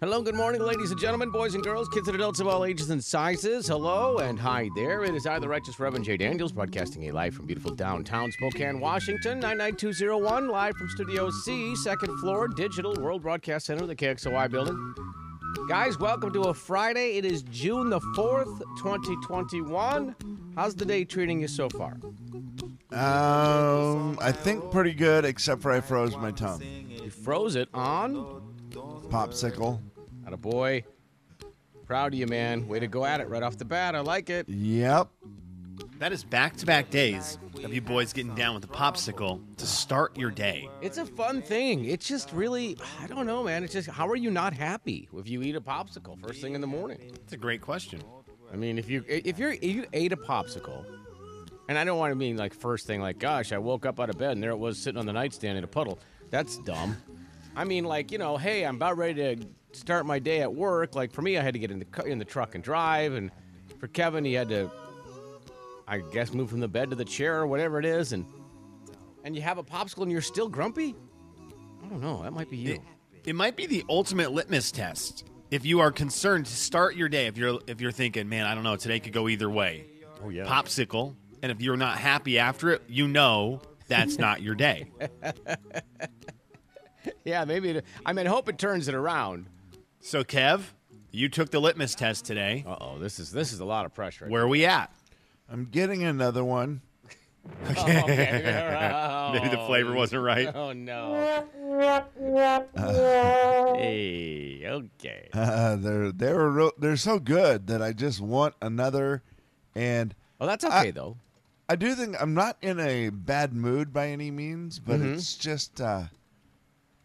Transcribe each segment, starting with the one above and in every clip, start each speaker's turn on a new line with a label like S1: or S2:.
S1: Hello, good morning, ladies and gentlemen, boys and girls, kids and adults of all ages and sizes. Hello and hi there. It is I, the Righteous Reverend Jay Daniels, broadcasting a live from beautiful downtown Spokane, Washington, 99201, live from Studio C, second floor, Digital World Broadcast Center, the KXOY building. Guys, welcome to a Friday. It is June the 4th, 2021. How's the day treating you so far?
S2: Um, I think pretty good, except for I froze my tongue.
S1: You froze it on?
S2: Popsicle.
S1: a boy. Proud of you, man. Way to go at it right off the bat. I like it.
S2: Yep.
S3: That is back to back days of you boys getting down with a popsicle to start your day.
S1: It's a fun thing. It's just really, I don't know, man. It's just, how are you not happy if you eat a popsicle first thing in the morning?
S3: It's a great question.
S1: I mean, if you if you're if you ate a popsicle, and I don't want to mean like first thing, like gosh, I woke up out of bed and there it was sitting on the nightstand in a puddle. That's dumb. I mean, like you know, hey, I'm about ready to start my day at work. Like for me, I had to get in the cu- in the truck and drive, and for Kevin, he had to, I guess, move from the bed to the chair or whatever it is, and and you have a popsicle and you're still grumpy. I don't know. That might be you.
S3: It, it might be the ultimate litmus test. If you are concerned to start your day, if you're if you're thinking, man, I don't know, today could go either way. Oh yeah. Popsicle. And if you're not happy after it, you know that's not your day.
S1: Yeah, maybe. It, I mean, hope it turns it around.
S3: So Kev, you took the litmus test today.
S1: Uh oh, this is this is a lot of pressure.
S3: Where are we at?
S2: I'm getting another one.
S3: Maybe the flavor wasn't right.
S1: Oh no. hey, okay.
S2: Uh, they're they're real, they're so good that I just want another, and
S1: Well, that's okay though.
S2: I do think I'm not in a bad mood by any means, but it's just uh,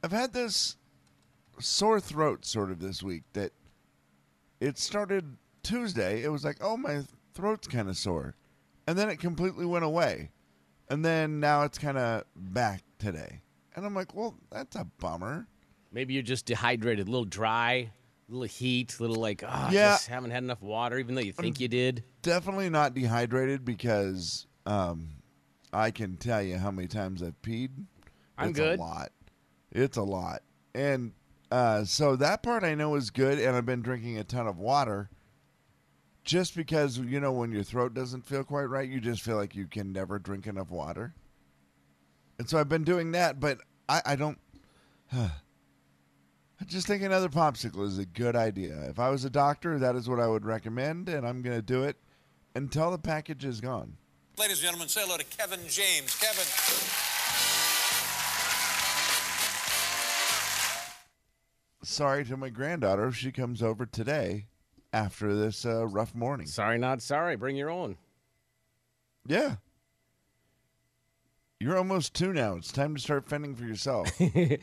S2: I've had this sore throat sort of this week that it started Tuesday. It was like, oh, my throat's kind of sore, and then it completely went away, and then now it's kind of back today, and I'm like, well, that's a bummer.
S1: Maybe you're just dehydrated, a little dry, a little heat, a little like, oh,
S2: Yeah.
S1: just haven't had enough water, even though you think you did.
S2: Definitely not dehydrated because um, I can tell you how many times I've peed.
S1: I'm
S2: it's
S1: good.
S2: A lot. It's a lot, and uh, so that part I know is good. And I've been drinking a ton of water, just because you know when your throat doesn't feel quite right, you just feel like you can never drink enough water. And so I've been doing that, but I, I don't. I just think another popsicle is a good idea. If I was a doctor, that is what I would recommend, and I'm going to do it until the package is gone.
S4: Ladies and gentlemen, say hello to Kevin James. Kevin.
S2: Sorry to my granddaughter if she comes over today after this uh, rough morning.
S1: Sorry, not sorry. Bring your own.
S2: Yeah. You're almost two now. It's time to start fending for yourself.
S1: I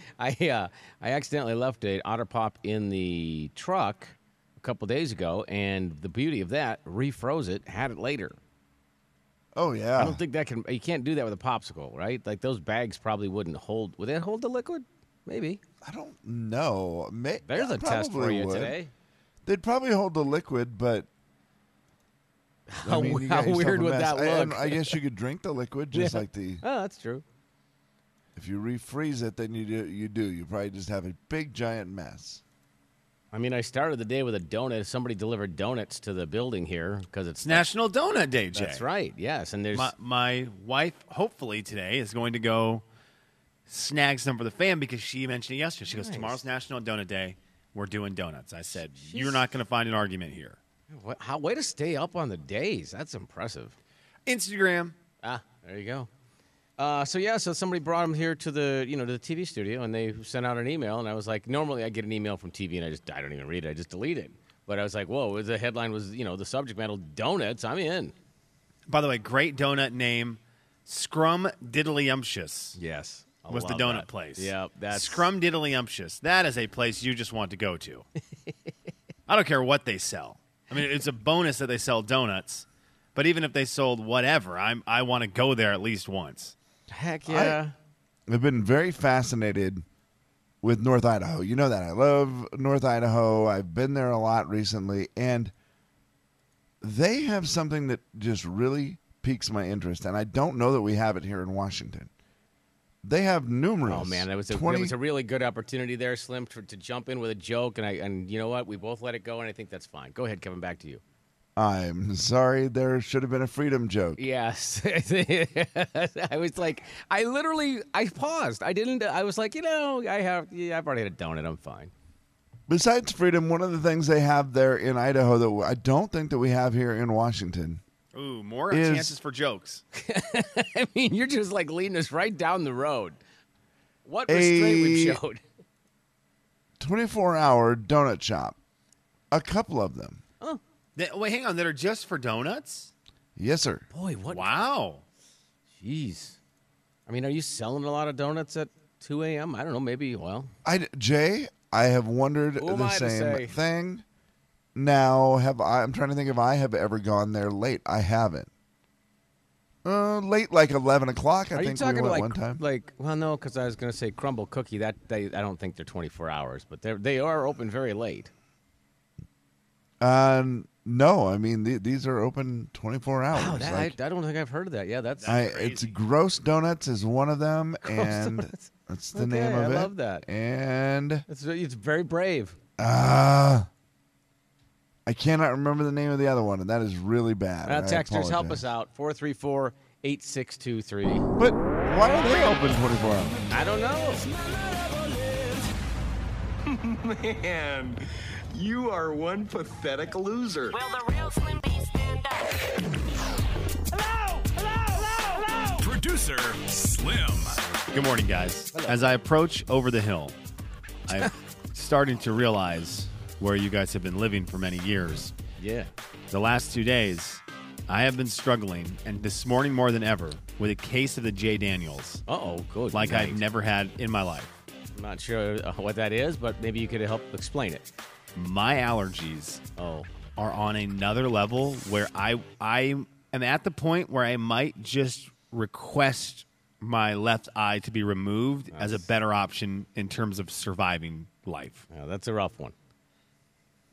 S1: uh, I accidentally left an otter pop in the truck a couple days ago, and the beauty of that, refroze it, had it later.
S2: oh, yeah.
S1: I don't think that can. You can't do that with a popsicle, right? Like those bags probably wouldn't hold. Would they hold the liquid? Maybe.
S2: I don't know. May-
S1: There's
S2: I
S1: a test for
S2: probably
S1: you
S2: would.
S1: today.
S2: They'd probably hold the liquid, but.
S1: How,
S2: mean, you
S1: how
S2: got yourself
S1: weird
S2: a
S1: would
S2: mess.
S1: that
S2: I- and
S1: look?
S2: I, guess you could drink the liquid, just like the.
S1: oh, that's true.
S2: If you refreeze it, then you do. You do. You probably just have a big giant mess.
S1: I mean, I started the day with a donut. Somebody delivered donuts to the building here because it's
S3: It's National Donut Day, Jay.
S1: That's right. Yes, and there's
S3: My, my wife, hopefully today, is going to go snag some for the fam because she mentioned it yesterday. She goes, "Tomorrow's National Donut Day. We're doing donuts." I said, "You're not going to find an argument here."
S1: Wha- how way to stay up on the days. That's impressive.
S3: Instagram.
S1: Ah, there you go. Uh, so yeah, so somebody brought them here to the you know to the TV studio, and they sent out an email, and I was like, normally I get an email from TV, and I just I don't even read it, I just delete it. But I was like, whoa, the headline was, you know, the subject matter donuts. I'm in.
S3: By the way, great donut name, Scrum Diddlyumptious
S1: Yes. I
S3: was the
S1: love
S3: donut
S1: that.
S3: place.
S1: Yep. That's
S3: Scrum Diddlyumptious. That is a place you just want to go to. I don't care what they sell. I mean, it's a bonus that they sell donuts, but even if they sold whatever, I'm I want to go there at least once.
S1: Heck yeah.
S2: I've been very fascinated with North Idaho. You know that I love North Idaho. I've been there a lot recently, and they have something that just really piques my interest, and I don't know that we have it here in Washington. They have numerous.
S1: Oh man, that was a, that
S2: 20
S1: was a really good opportunity there, Slim, to, to jump in with a joke, and I and you know what, we both let it go, and I think that's fine. Go ahead, Kevin, back to you.
S2: I'm sorry, there should have been a freedom joke.
S1: Yes, I was like, I literally, I paused. I didn't. I was like, you know, I have, yeah, I've already had a donut. I'm fine.
S2: Besides freedom, one of the things they have there in Idaho that I don't think that we have here in Washington.
S3: Ooh, more
S2: Is-
S3: chances for jokes.
S1: I mean, you're just like leading us right down the road. What
S2: A-
S1: restraint we've showed.
S2: 24 hour donut shop. A couple of them.
S3: That- wait, hang on, that are just for donuts?
S2: Yes, sir.
S1: Boy, what?
S3: Wow.
S1: Jeez. I mean, are you selling a lot of donuts at 2 a.m.? I don't know. Maybe. Well,
S2: I, Jay, I have wondered
S1: Who am
S2: the
S1: I to say?
S2: same thing. Now, have I? I'm trying to think if I have ever gone there late. I haven't. Uh, late like 11 o'clock. I
S1: are you
S2: think we
S1: talking
S2: went
S1: like
S2: one time.
S1: like? Well, no, because I was going to say crumble cookie. That they, I don't think they're 24 hours, but they they are open very late.
S2: Uh, no, I mean the, these are open 24 hours.
S1: Oh, that,
S2: Like,
S1: I, I don't think I've heard of that. Yeah, that's.
S2: I, it's gross donuts is one of them, and that's the name
S1: Okay,
S2: of it.
S1: I love that.
S2: And
S1: It's, it's very brave.
S2: uh, I cannot remember the name of the other one, and that is really bad.
S1: Uh,
S2: I
S1: texters, help
S2: apologize.
S1: us out. 434 8623.
S2: But why are they open 24 hours?
S1: I don't know.
S5: Man, you are one pathetic loser.
S6: Will the real Slim B stand up? Hello! Hello! Hello! Hello!
S7: Producer Slim.
S3: Good morning, guys. As I approach over the hill, I'm starting to realize where you guys have been living for many years.
S1: Yeah.
S3: The last two days, I have been struggling, and this morning more than ever, with a case of the J. Daniels,
S1: Uh oh, good.
S3: like
S1: night.
S3: I've never had in my life.
S1: I'm not sure uh, what that is, but maybe you could help explain it.
S3: My allergies
S1: Oh.
S3: are on another level where I I am at the point where I might just request my left eye to be removed as a better option in terms of surviving life.
S1: Yeah, that's a rough one.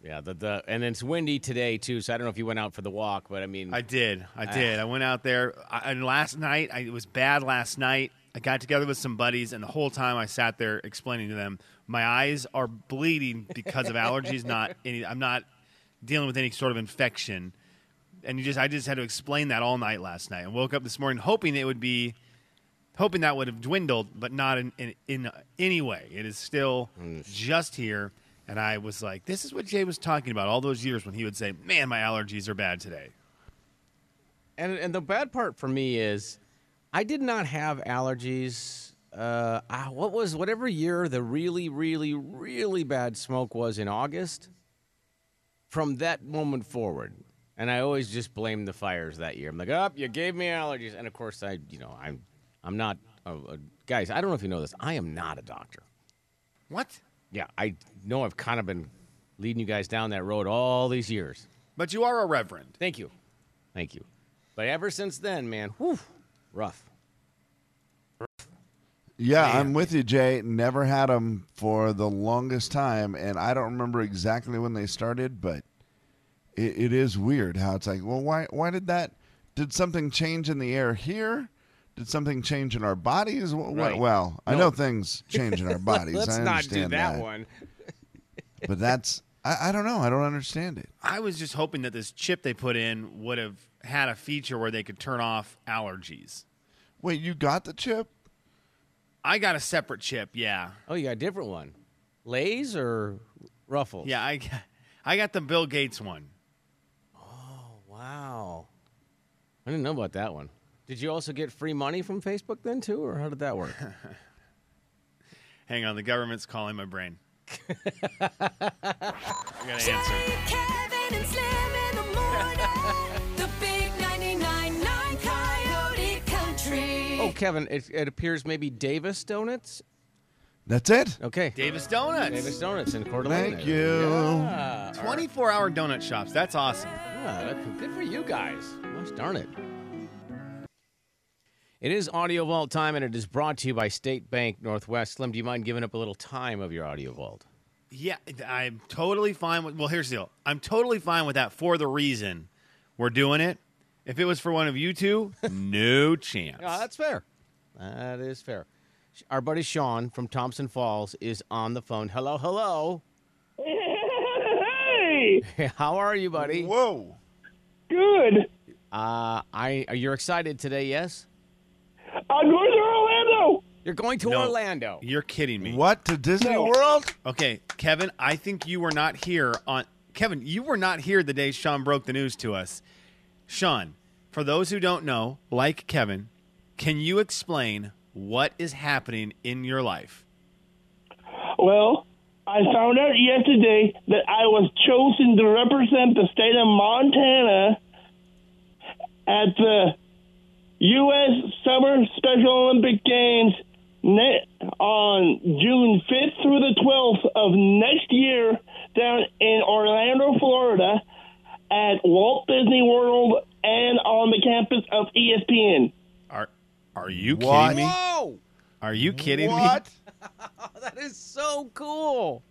S1: Yeah, the, the and it's windy today too, so I don't know if you went out for the walk, but I mean,
S3: I did. I did. I went out there, I, and last night I, it was bad. Last night I got together with some buddies, and the whole time I sat there explaining to them, my eyes are bleeding because of allergies. Not any. I'm not dealing with any sort of infection, and you just I just had to explain that all night last night, and woke up this morning hoping it would be. Hoping that would have dwindled, but not in, in, in any way. It is still just here. And I was like, this is what Jay was talking about all those years when he would say, man, my allergies are bad today.
S1: and and the bad part for me is I did not have allergies. Uh, I, what was whatever year the really, really, really bad smoke was in August. From that moment forward, and I always just blame the fires that year. I'm like, oh, you gave me allergies, and of course I, you know, I'm, I'm not. Uh, uh, guys, I don't know if you know this. I am not a doctor.
S3: What?
S1: Yeah, I know. I've kind of been leading you guys down that road all these years.
S3: But you are a reverend.
S1: Thank you. Thank you. But ever since then, man, whew, rough.
S2: Yeah, I'm with you, Jay. Never had them for the longest time, and I don't remember exactly when they started, but it, it is weird how it's like, well, why why did that? Did something change in the air here? Did something change in our bodies? Wh- wh-
S1: Right.
S2: Well, I
S1: No.
S2: know things change in our bodies.
S1: Let's
S2: I
S1: not do that,
S2: understand that,
S1: one.
S2: But that's I, I don't know. I don't understand it.
S3: I was just hoping that this chip they put in would have had a feature where they could turn off allergies.
S2: Wait, you got the chip?
S3: I got a separate chip, yeah.
S1: Oh, you got a different one. Lays or Ruffles?
S3: Yeah, I got, I got the Bill Gates one.
S1: Wow. I didn't know about that one. Did you also get free money from Facebook then too, or how did that work?
S3: Hang on, the government's calling my brain. I gotta answer.
S6: Kevin and Slim in the morning. the big 99.9 Coyote Country.
S1: Oh, Kevin, it, it appears maybe Davis Donuts.
S2: That's it.
S1: Okay.
S3: Davis Donuts.
S1: Davis Donuts in Coeur d'Alene.
S2: Thank you.
S1: Yeah.
S3: 24 hour donut shops. That's awesome.
S1: Yeah, that- Ah, good for you guys. Gosh darn it. It is Audio Vault time, and it is brought to you by State Bank Northwest. Slim, do you mind giving up a little time of your Audio Vault?
S3: Yeah, I'm totally fine with. Well, here's the deal. I'm totally fine with that for the reason we're doing it. If it was for one of you two, no chance.
S1: Yeah, Ah, that's fair. That is fair. Sh- Our buddy Sean from Thompson Falls is on the phone. Hello, hello.
S8: Hey,
S1: How are you, buddy?
S2: Whoa.
S8: good.
S1: Uh, I you're excited today, yes?
S8: I'm going to Orlando.
S1: You're going to
S3: No.
S1: Orlando.
S3: You're kidding me.
S2: What to Disney
S8: No.
S2: World?
S3: Okay, Kevin, I think you were not here on Kevin, you were not here the day Sean broke the news to us. Sean, for those who don't know, like Kevin, can you explain what is happening in your life?
S8: Well, I found out yesterday that I was chosen to represent the state of Montana at the U.S. Summer Special Olympic Games ne- on June 5th through the 12th of next year down in Orlando, Florida at Walt Disney World and on the campus of E ESPN.
S3: Are are you
S2: What?
S3: kidding me?
S1: Whoa!
S3: Are you kidding
S2: What?
S1: That is so cool.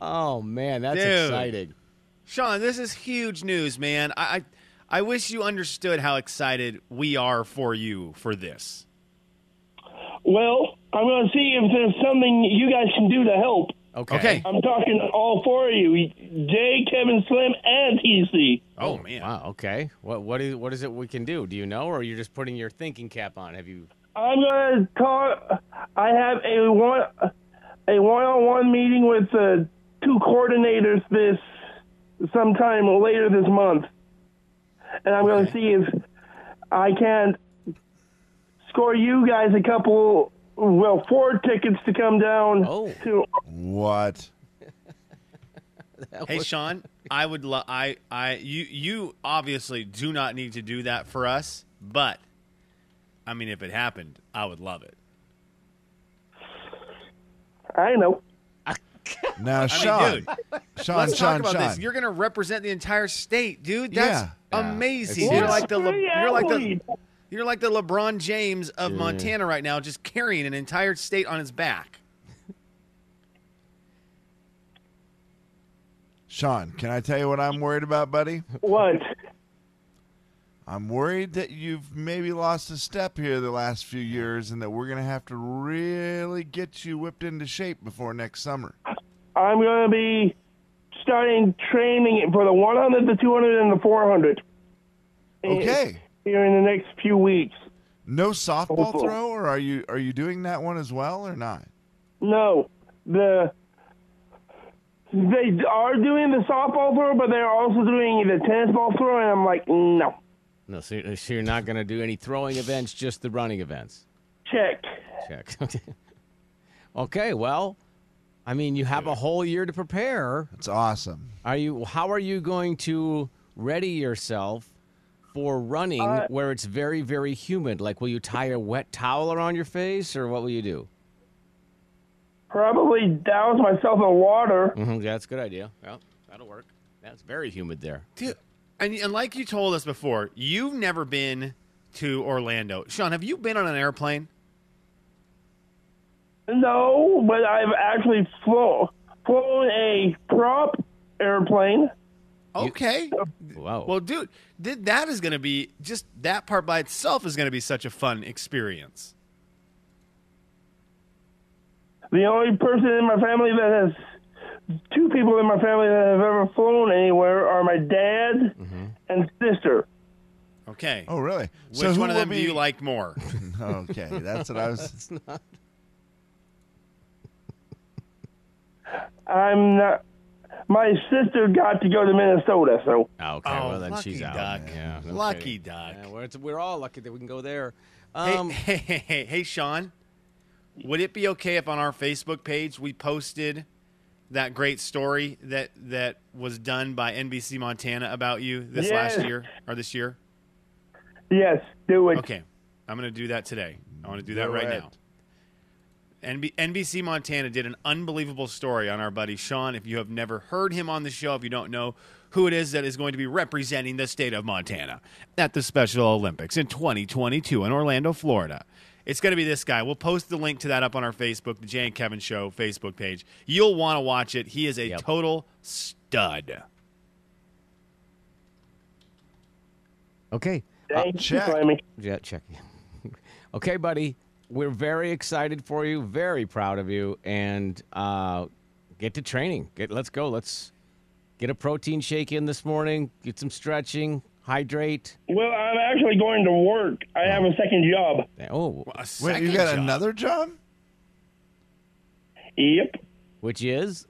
S1: Oh man, that's
S3: Dude.
S1: exciting.
S3: me? Sean, this is huge news, man. I, I I wish you understood how excited we are for you for this.
S8: Well, I'm going to see if there's something you guys can do to help.
S1: Okay.
S3: Okay.
S8: I'm talking all four of you, Jay, Kevin, Slim, and TC.
S3: Oh, man.
S1: Wow. Okay. What what is what is it we can do? Do you know, or you're just putting your thinking cap on? Have you?
S8: I'm going to talk. I have a one a one-on-one meeting with uh, two coordinators this sometime later this month, and I'm going to see if I can score you guys a couple, well, four tickets to come down
S1: Oh.
S8: to
S2: What?
S3: Hey Sean, I would love I I you you obviously do not need to do that for us, but I mean if it happened, I would love it.
S8: I know.
S2: Now,
S3: I mean,
S2: Sean.
S3: dude,
S2: Sean, Sean,
S3: let's talk about
S2: Sean.
S3: this. You're going to represent the entire state, dude. That's
S2: Yeah. Yeah.
S3: amazing.
S2: It's
S3: You're
S2: huge.
S3: like the Le-
S8: Free
S3: you're like the
S8: athlete.
S3: you're like the LeBron James of Montana right now, just carrying an entire state on his back.
S2: Sean, can I tell you what I'm worried about, buddy?
S8: What?
S2: I'm worried that you've maybe lost a step here the last few years and that we're going to have to really get you whipped into shape before next summer.
S8: I'm going to be starting training for the 100, the 200, and the 400.
S2: Okay.
S8: Here in the next few weeks.
S2: No softball
S8: Hopeful.
S2: throw or are you are you doing that one as well or not?
S8: No, the they are doing the softball throw, but they're also doing the tennis ball throw, and I'm like, no,
S1: No. So, you're- so you're not going to do any throwing events, just the running events.
S8: check.
S1: Check. okay. Well, I mean, you have a whole year to prepare.
S2: It's awesome.
S1: Are you? How are you going to ready yourself for running
S8: Uh,
S1: where it's very, very humid? Like, will you tie a wet towel around your face, or what will you do?
S8: Probably douse myself in water.
S1: Mhm, that's a good idea. Yeah, that'll work. That's very humid there.
S3: Dude, and, and like you told us before, you've never been to Orlando. Sean, have you been on an airplane?
S8: No, but I've actually flown flown a prop airplane.
S3: Okay.
S1: Wow.
S3: Well, dude, th- that is going to be just that part by itself is going to be such a fun experience.
S8: The only person in my family that has two people in my family that have ever flown anywhere are my dad and sister.
S3: Okay.
S2: Oh, really?
S3: Which one of
S2: will
S3: them do you like more?
S2: Okay, that's what I was.
S8: I'm not. My sister got to go to Minnesota, so
S1: Ah, okay.
S3: Oh,
S1: well, then
S3: lucky
S1: she's out.
S3: duck.
S1: Yeah, no
S3: Lucky
S1: kidding.
S3: duck.
S1: Yeah, we're, it's- we're all lucky that we can go there.
S3: Hey,
S1: Um,
S3: hey, hey, hey, hey, Sean, would it be okay if on our Facebook page we posted that great story that that was done by NBC Montana about you this
S8: Yeah.
S3: last year or this year?
S8: Yes, do it.
S3: Okay, I'm going to do that today. I want to do that
S8: Do
S3: right
S8: it.
S3: now. NB- NBC Montana did an unbelievable story on our buddy Sean. If you have never heard him on the show, if you don't know who it is that is going to be representing the state of Montana at the Special Olympics in 2022 in Orlando, Florida. It's going to be this guy. We'll post the link to that up on our Facebook, the Jay and Kevin Show Facebook page. You'll want to watch it. He is a total stud.
S1: Okay.
S8: Thank you, check. Clemmy.
S1: Yeah, check. okay, buddy. We're very excited for you, very proud of you, and uh, get to training. Get, let's go. Let's get a protein shake in this morning, get some stretching, hydrate.
S8: Well, I'm actually going to work. I have a second job.
S1: Oh,
S2: Wait, you got another job?
S8: Yep.
S1: Which is?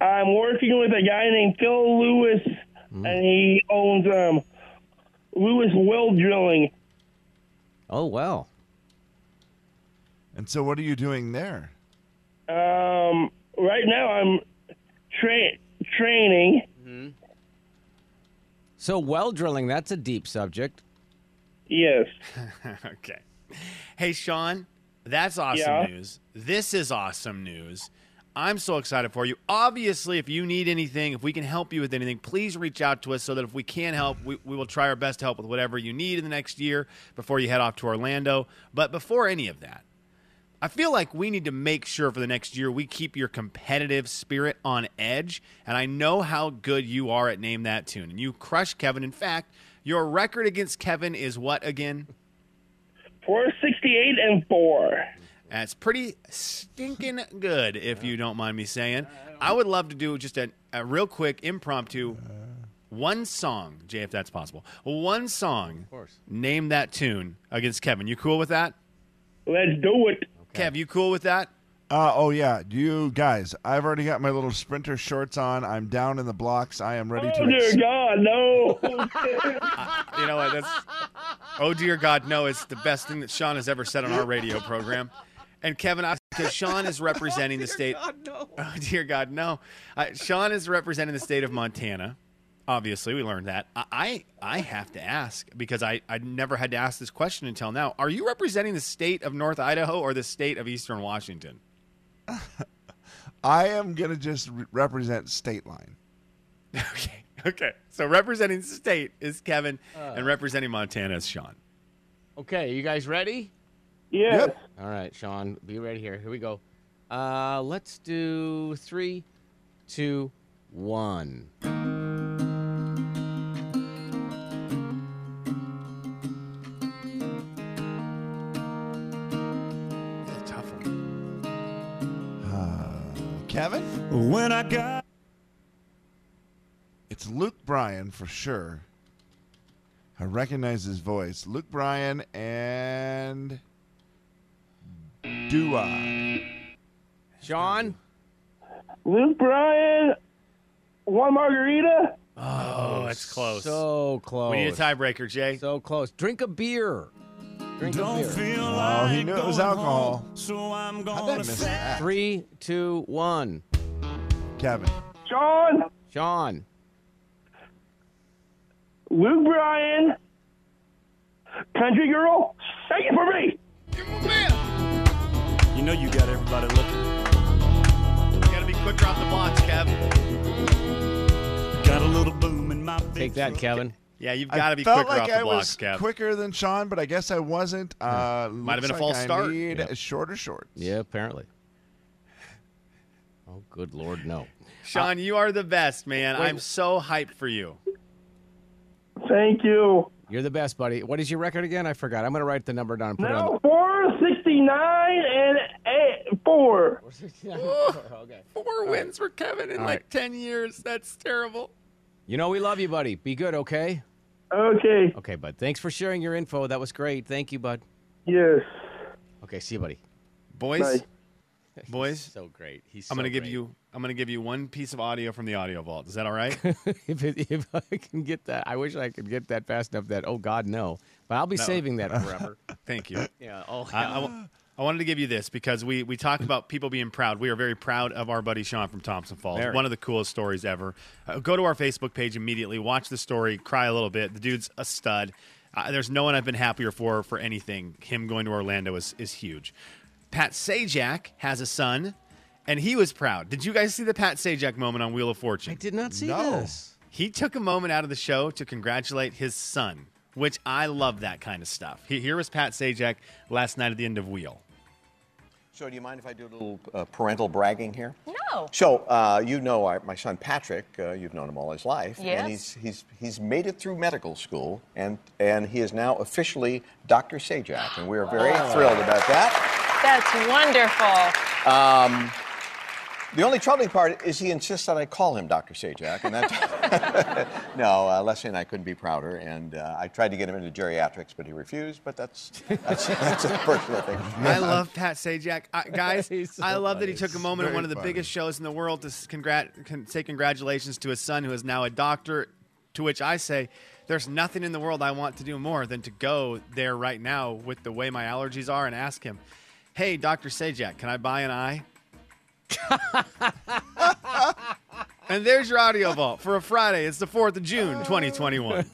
S8: I'm working with a guy named Phil Lewis, and he owns um, Lewis Well Drilling.
S1: Oh, well.
S2: And so, what are you doing there?
S8: Um, right now, I'm tra- training.
S1: So, well drilling, that's a deep subject.
S8: Yes.
S3: okay. Hey, Sean, that's awesome
S8: Yeah.
S3: news. This is awesome news. I'm so excited for you. Obviously, if you need anything, if we can help you with anything, please reach out to us so that if we can help, we, we will try our best to help with whatever you need in the next year before you head off to Orlando. But before any of that, I feel like we need to make sure for the next year we keep your competitive spirit on edge. And I know how good you are at Name That Tune. And you crush Kevin. In fact, your record against Kevin is what again?
S8: 468 and 4.
S3: That's pretty stinking good, if you don't mind me saying. I would love to do just a, a real quick impromptu one song, Jay, if that's possible. One song. Of course. Name that tune against Kevin. You cool with that?
S8: Let's do it.
S3: Kev, you cool with that?
S2: Uh, oh yeah, you guys. I've already got my little sprinter shorts on. I'm down in the blocks. I am ready to.
S8: Oh, dear
S2: ex-
S8: God, no.
S3: You know what? That's oh dear God, no! It's the best thing that Sean has ever said on our radio program. And Kevin, I because Sean is representing the state. Oh dear God, no! Uh, Sean is representing the state of Montana. Obviously, we learned that. I I, I have to ask because I I never had to ask this question until now. Are you representing the state of North Idaho or the state of Eastern Washington?
S2: I am gonna just re- represent state line.
S3: Okay, so representing state is Kevin, and representing Montana is Sean.
S1: Okay, you guys ready?
S8: Yes.
S1: All right, Sean, be ready here. Here we go. Uh, let's do three, two, one.
S2: Uh, Kevin? When I got It's Luke Bryan for sure. I recognize his voice. Luke Bryan and Do I?
S1: Sean?
S8: Luke Bryan, one margarita.
S3: Oh, that's close.
S1: So close.
S3: We need a tiebreaker, Jay.
S1: So close. Drink a beer. Drink a beer.
S2: Oh, he knew it was alcohol.
S3: So I'm
S2: gonna miss that?
S1: Three, two, one.
S2: Kevin.
S8: Sean.
S1: Sean.
S8: Luke Bryan, country girl, take it for me.
S9: You know you got everybody looking.
S3: Gotta be quicker off the blocks, Kev.
S9: Got a little boom in my
S1: Take that, Kevin.
S3: Yeah, you've got to be
S2: Felt
S3: quicker
S2: like
S3: off the
S2: I
S3: blocks,
S2: was
S3: Kev. Hmm.
S2: quicker than Sean, but I guess I wasn't. Uh,
S3: Might have
S2: looks
S3: been a
S2: like
S3: false
S2: I
S3: start.
S2: Need
S1: Yep.
S2: shorter shorts.
S1: Yeah, apparently. Oh, good lord, no.
S3: Sean, Uh, you are the best, man.
S1: wait.
S3: I'm so hyped for you.
S8: Thank you.
S1: You're the best, buddy. What is your record again? I forgot. I'm going to write the number down and put
S8: No, 469 and eight, 4.
S1: it on.
S3: Four wins for Kevin in
S1: All
S3: like
S1: right.
S3: 10 years. That's terrible.
S1: You know, we love you, buddy. Be good, okay?
S8: Okay.
S1: Okay, bud. Thanks for sharing your info. That was great. Thank you, bud.
S8: Yes.
S1: Okay, see you, buddy.
S3: Boys,
S1: Bye.
S3: boys.
S1: so great. He's
S3: I'm
S1: so
S3: gonna give
S1: great.
S3: you. I'm gonna give you one piece of audio from the audio vault. Is that all right?
S1: if, it, if I can get that, I wish I could get that fast enough that, oh, God, no. But I'll be
S3: No.
S1: saving that forever.
S3: Thank you.
S1: yeah. Oh,
S3: I,
S1: yeah.
S3: I wa- I wanted to give you this because we we talk about people being proud. We are very proud of our buddy Sean from Thompson Falls.
S1: Very.
S3: One of the coolest stories ever. Uh, go to our Facebook page immediately. Watch the story. Cry a little bit. The dude's a stud. Uh, there's no one I've been happier for for anything. Him going to Orlando is is huge. Pat Sajak has a son, and he was proud. Did you guys see the Pat Sajak moment on Wheel of Fortune? I
S1: did not see
S3: no.
S1: this.
S3: He took a moment out of the show to congratulate his son, which I love that kind of stuff. He- Here was Pat Sajak last night at the end of Wheel.
S10: So, do you mind if I do a little uh, parental bragging here?
S11: No.
S10: Oh. So, uh, you know our, my son Patrick. Uh, you've known him all his life,
S11: Yes.
S10: and he's he's he's made it through medical school, and and he is now officially Dr. Sajak, and we are very
S11: Wow.
S10: thrilled about that.
S11: That's wonderful.
S10: Um, the only troubling part is he insists that I call him Dr. Sajak, and that's no. Uh, Leslie and I couldn't be prouder, and uh, I tried to get him into geriatrics, but he refused. But that's that's, that's a personal thing.
S3: I love Pat Sajak. I, guys,
S10: He's so
S3: I love that he
S10: funny.
S3: took a moment at
S10: Very
S3: one of the
S10: funny.
S3: biggest shows in the world to s- congrat- con- say congratulations to his son, who is now a doctor. To which I say, there's nothing in the world I want to do more than to go there right now with the way my allergies are and ask him, hey, Dr. Sajak, can I buy an eye? and there's your audio vault for a Friday. It's the 4th of June, 2021.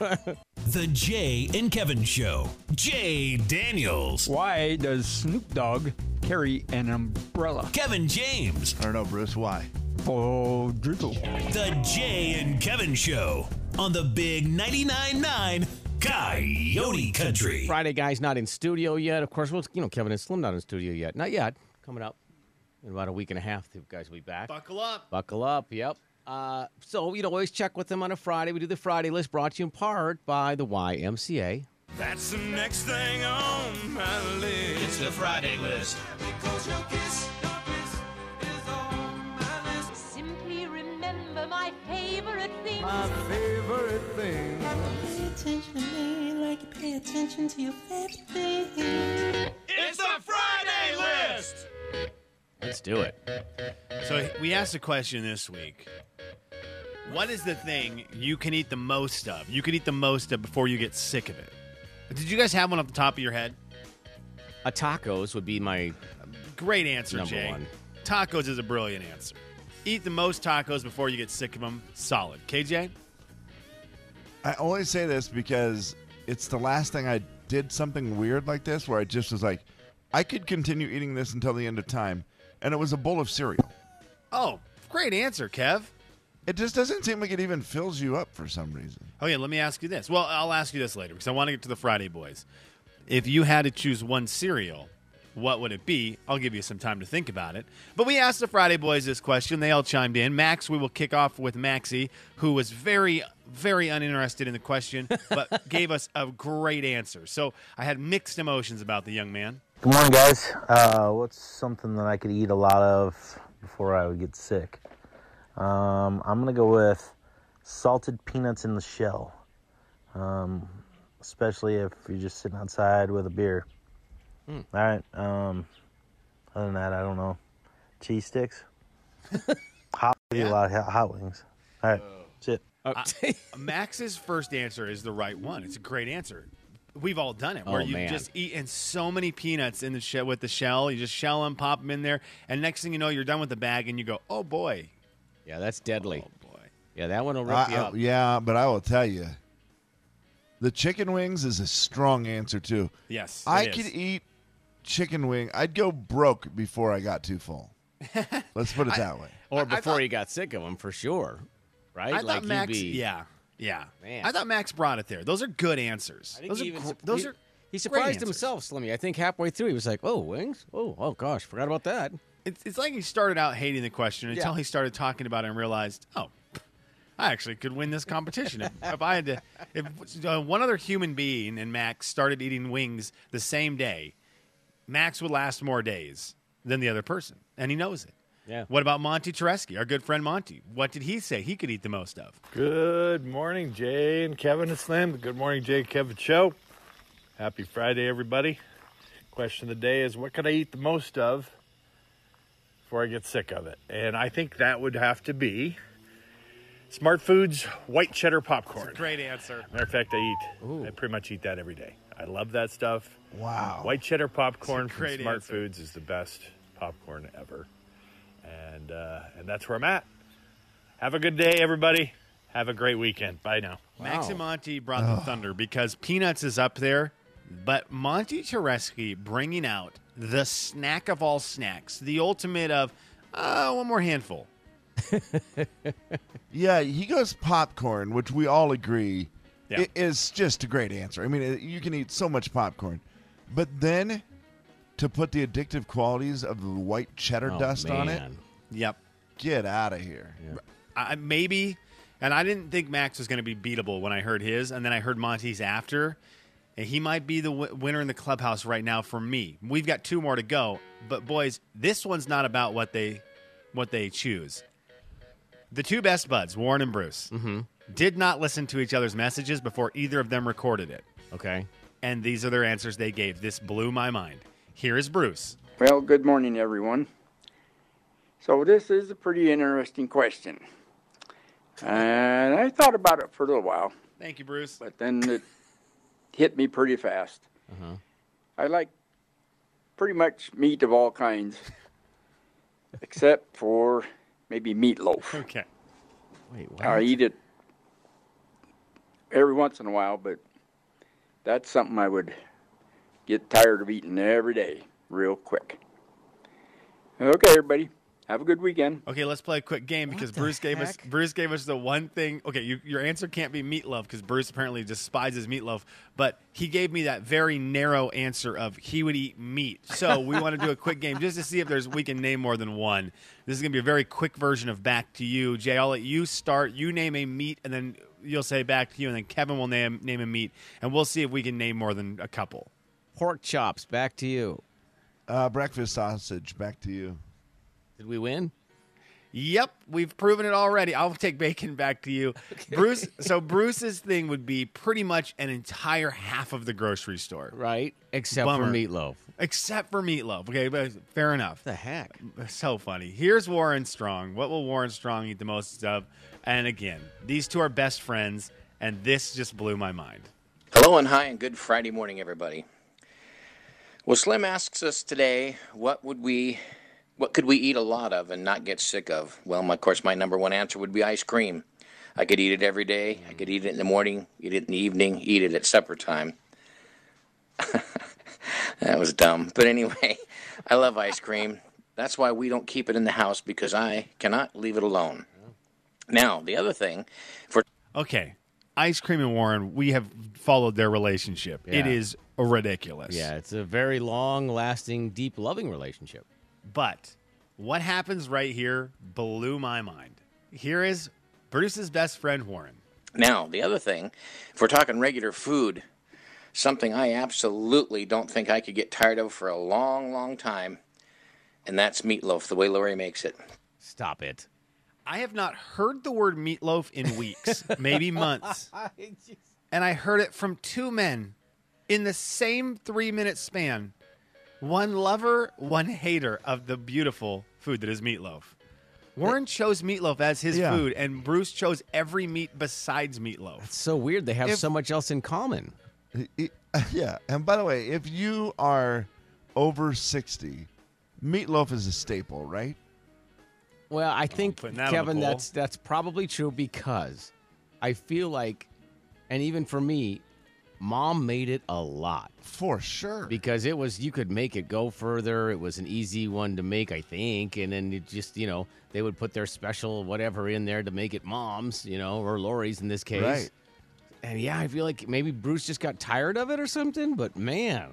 S7: The Jay and Kevin Show. Jay Daniels.
S12: Why does Snoop Dogg carry an umbrella?
S7: Kevin James.
S2: I don't know, Bruce. Why?
S12: Oh, drizzle.
S7: The Jay and Kevin Show on the Big 99.9 9 Coyote Country.
S1: Friday guy's not in studio yet. Of course, well, you know, Kevin and Slim not in studio yet. Not yet. Coming up in about a week and a half, the guys will be back.
S3: Buckle up.
S1: Buckle up. Yep. Uh, so you know, always check with them on a Friday. We do the Friday list, brought to you in part by the YMCA.
S7: That's the next thing on my list. It's the Friday list.
S6: Simply remember my favorite thing.
S7: Favorite thing.
S6: Pay attention to me like you pay attention to your favorite thing.
S7: It's the Friday list.
S1: Let's do it.
S3: So we asked a question this week. What is the thing you can eat the most of? You can eat the most of before you get sick of it. Did you guys have one off the top of your head?
S1: A tacos would be my
S3: Great answer,
S1: Number
S3: Jay.
S1: one.
S3: Tacos is a brilliant answer. Eat the most tacos before you get sick of them. Solid. KJ?
S2: I only say this because it's the last thing I did something weird like this where I just was like, I could continue eating this until the end of time. And it was a bowl of cereal.
S3: Oh, great answer, Kev.
S2: It just doesn't seem like it even fills you up for some reason.
S3: Okay, let me ask you this. Well, I'll ask you this later because I want to get to the Friday boys. If you had to choose one cereal, what would it be? I'll give you some time to think about it. But we asked the Friday boys this question. They all chimed in. Max, we will kick off with Maxie, who was very, very uninterested in the question, but gave us a great answer. So I had mixed emotions about the young man.
S13: Good morning, guys. Uh, what's something that I could eat a lot of before I would get sick? Um, I'm gonna go with salted peanuts in the shell, um, especially if you're just sitting outside with a beer.
S1: Mm.
S13: All right. Um, other than that, I don't know. Cheese sticks, hot, a lot of hot wings. All right, that's it.
S3: I- Max's first answer is the right one. It's a great answer. We've all done it, where
S13: Oh,
S3: you
S13: man.
S3: just eat and so many peanuts in the shell with the shell. You just shell them, pop them in there, and next thing you know, you're done with the bag, and you go, "Oh boy,
S1: yeah, that's deadly." Oh boy, yeah, that one will rip
S2: I-
S1: you
S2: I-
S1: up.
S2: yeah, but I will tell you, the chicken wings is a strong answer too.
S3: Yes,
S2: I
S3: it
S2: could
S3: is.
S2: eat chicken wing. I'd go broke before I got too full. Let's put it that way.
S1: Or before you got sick of them, for sure. Right?
S3: I thought
S1: like
S3: Max-
S1: you'd be.
S3: yeah, yeah.
S1: Man.
S3: I thought Max brought it there. Those are good answers.
S1: I think
S3: those
S1: he
S3: are
S1: even
S3: gr-
S1: su-
S3: those
S1: he-
S3: are.
S1: He
S3: great
S1: surprised
S3: answers.
S1: himself, Slimmy. I think halfway through he was like, "Oh, wings! Oh, oh gosh, forgot about that."
S3: It's, it's like he started out hating the question until
S1: Yeah.
S3: he started talking about it and realized, oh, I actually could win this competition if, if I had to. If uh, one other human being and Max started eating wings the same day, Max would last more days than the other person, and he knows it.
S1: Yeah.
S3: What about Monty Tereski, our good friend Monty? What did he say he could eat the most of?
S14: Good morning, Jay and Kevin and Slim. Good morning, Jay and Kevin Show. Happy Friday, everybody. Question of the day is what could I eat the most of before I get sick of it? And I think that would have to be Smart Foods white cheddar popcorn.
S3: Great answer.
S14: Matter of fact, I eat, I pretty much eat that every day. I- I love that stuff.
S2: Wow.
S14: White cheddar popcorn
S2: That's a
S14: from
S2: great
S14: Smart
S2: answer.
S14: Foods is the best popcorn ever. And uh, and that's where I'm at. Have a good day, everybody. Have a great weekend. Bye now.
S3: Max and Monty brought the thunder because Peanuts is up there, but Monty Tereski bringing out the snack of all snacks, the ultimate of uh, one more handful.
S2: Yeah, he goes popcorn, which we all agree i- is just a great answer. I mean, it- you can eat so much popcorn. But then to put the addictive qualities of the white cheddar
S3: Oh,
S2: dust on it,
S3: man. Yep.
S2: Get out of here.
S3: I, maybe, and I didn't think Max was going to be beatable when I heard his, and then I heard Monty's after, and he might be the w- winner in the clubhouse right now for me. We've got two more to go, but boys, this one's not about what they what they choose. The two best buds, Warren and Bruce, did not listen to each other's messages before either of them recorded it.
S1: Okay.
S3: And these are their answers they gave. This blew my mind. Here is Bruce.
S15: Well, good morning, everyone. So, this is a pretty interesting question. And I thought about it for a little while,
S3: Thank you, Bruce.
S15: but then it hit me pretty fast.
S1: Uh-huh.
S15: I like pretty much meat of all kinds, except for maybe meatloaf.
S3: Okay.
S1: Wait, what?
S15: I eat it every once in a while, but that's something I would get tired of eating every day real quick. Okay, everybody. Have a good weekend.
S3: Okay, let's play a quick game because Bruce gave us Bruce gave us the one thing. Okay, you, your answer can't be meatloaf because Bruce apparently despises meatloaf, but he gave me that very narrow answer of he would eat meat. So we want to do a quick game just to see if there's we can name more than one. This is gonna be a very quick version of back to you, Jay. I'll let you start. You name a meat, and then you'll say back to you, and then Kevin will name name a meat, and we'll see if we can name more than a couple.
S1: Pork chops. Back to you.
S2: Uh, breakfast sausage, back to you.
S1: Did we win?
S3: Yep, we've proven it already. I'll take bacon back to you. Bruce so Bruce's thing would be pretty much an entire half of the grocery store.
S1: Right. Except for meatloaf.
S3: Except for meatloaf. Okay, but fair enough.
S1: The heck?
S3: So funny. Here's Warren Strong. What will Warren Strong eat the most of? And again, these two are best friends, and this just blew my mind.
S16: Hello and hi and good Friday morning, everybody. Well, Slim asks us today, what would we, what could we eat a lot of and not get sick of? Well, my, of course, my number one answer would be ice cream. I could eat it every day. I could eat it in the morning, eat it in the evening, eat it at supper time. that was dumb, but anyway, I love ice cream. That's why we don't keep it in the house because I cannot leave it alone. Now, the other thing, for
S3: Okay. Ice cream and Warren, we have followed their relationship. It
S1: Yeah.
S3: is ridiculous.
S1: Yeah, it's a very long lasting, deep loving relationship.
S3: But what happens right here blew my mind. Here is Bruce's best friend, Warren.
S16: Now, the other thing, if we're talking regular food, something I absolutely don't think I could get tired of for a long, long time, and that's meatloaf, the way Lori makes it.
S1: Stop it.
S3: I have not heard the word meatloaf in weeks, maybe months. And I heard it from two men in the same three minute span one lover, one hater of the beautiful food that is meatloaf. Warren chose meatloaf as his
S1: Yeah.
S3: food, and Bruce chose every meat besides meatloaf.
S1: It's so weird. They have
S3: If-
S1: so much else in common.
S2: E, Yeah. And by the way, if you are over 60, meatloaf is a staple, right?
S1: Well, I think
S2: that on the
S1: Kevin,
S2: poll.
S1: that's that's probably true because I feel like, and even for me, mom made it a lot
S2: for sure
S1: because it was you could make it go further. It was an easy one to make, I think, and then it just you know they would put their special whatever in there to make it mom's, you know, or Lori's in this case.
S2: Right.
S1: And yeah, I feel like maybe Bruce just got tired of it or something. But man,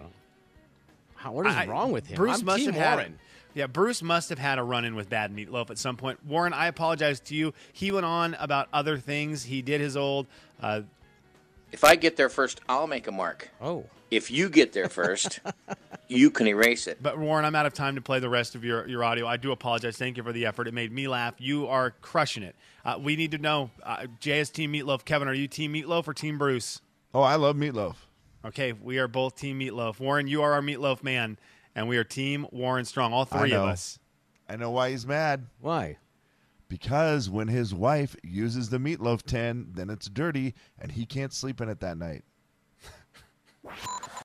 S1: how, what is
S3: I-
S1: wrong with him?
S3: Bruce
S1: I'm
S3: must
S1: Team
S3: have had.
S1: Warren.
S3: Yeah, Bruce must have had a run in with bad meatloaf at some point. Warren, I apologize to you. He went on about other things. He did his old. Uh,
S16: If I get there first, I'll make a mark.
S1: Oh.
S16: If you get there first, you can erase it.
S3: but Warren, I'm out of time to play the rest of your, your audio. I do apologize. Thank you for the effort. It made me laugh. You are crushing it. Uh, we need to know. Uh, Jay is Team Meatloaf. Kevin, are you Team Meatloaf or Team Bruce?
S2: Oh, I love meatloaf.
S3: Okay, we are both Team Meatloaf. Warren, you are our Meatloaf man, and we are Team Warren Strong. All
S2: I
S3: three of
S2: know.
S3: us.
S2: I know why he's mad.
S1: Why?
S2: Because when his wife uses the meatloaf tin, then it's dirty and he can't sleep in it that night.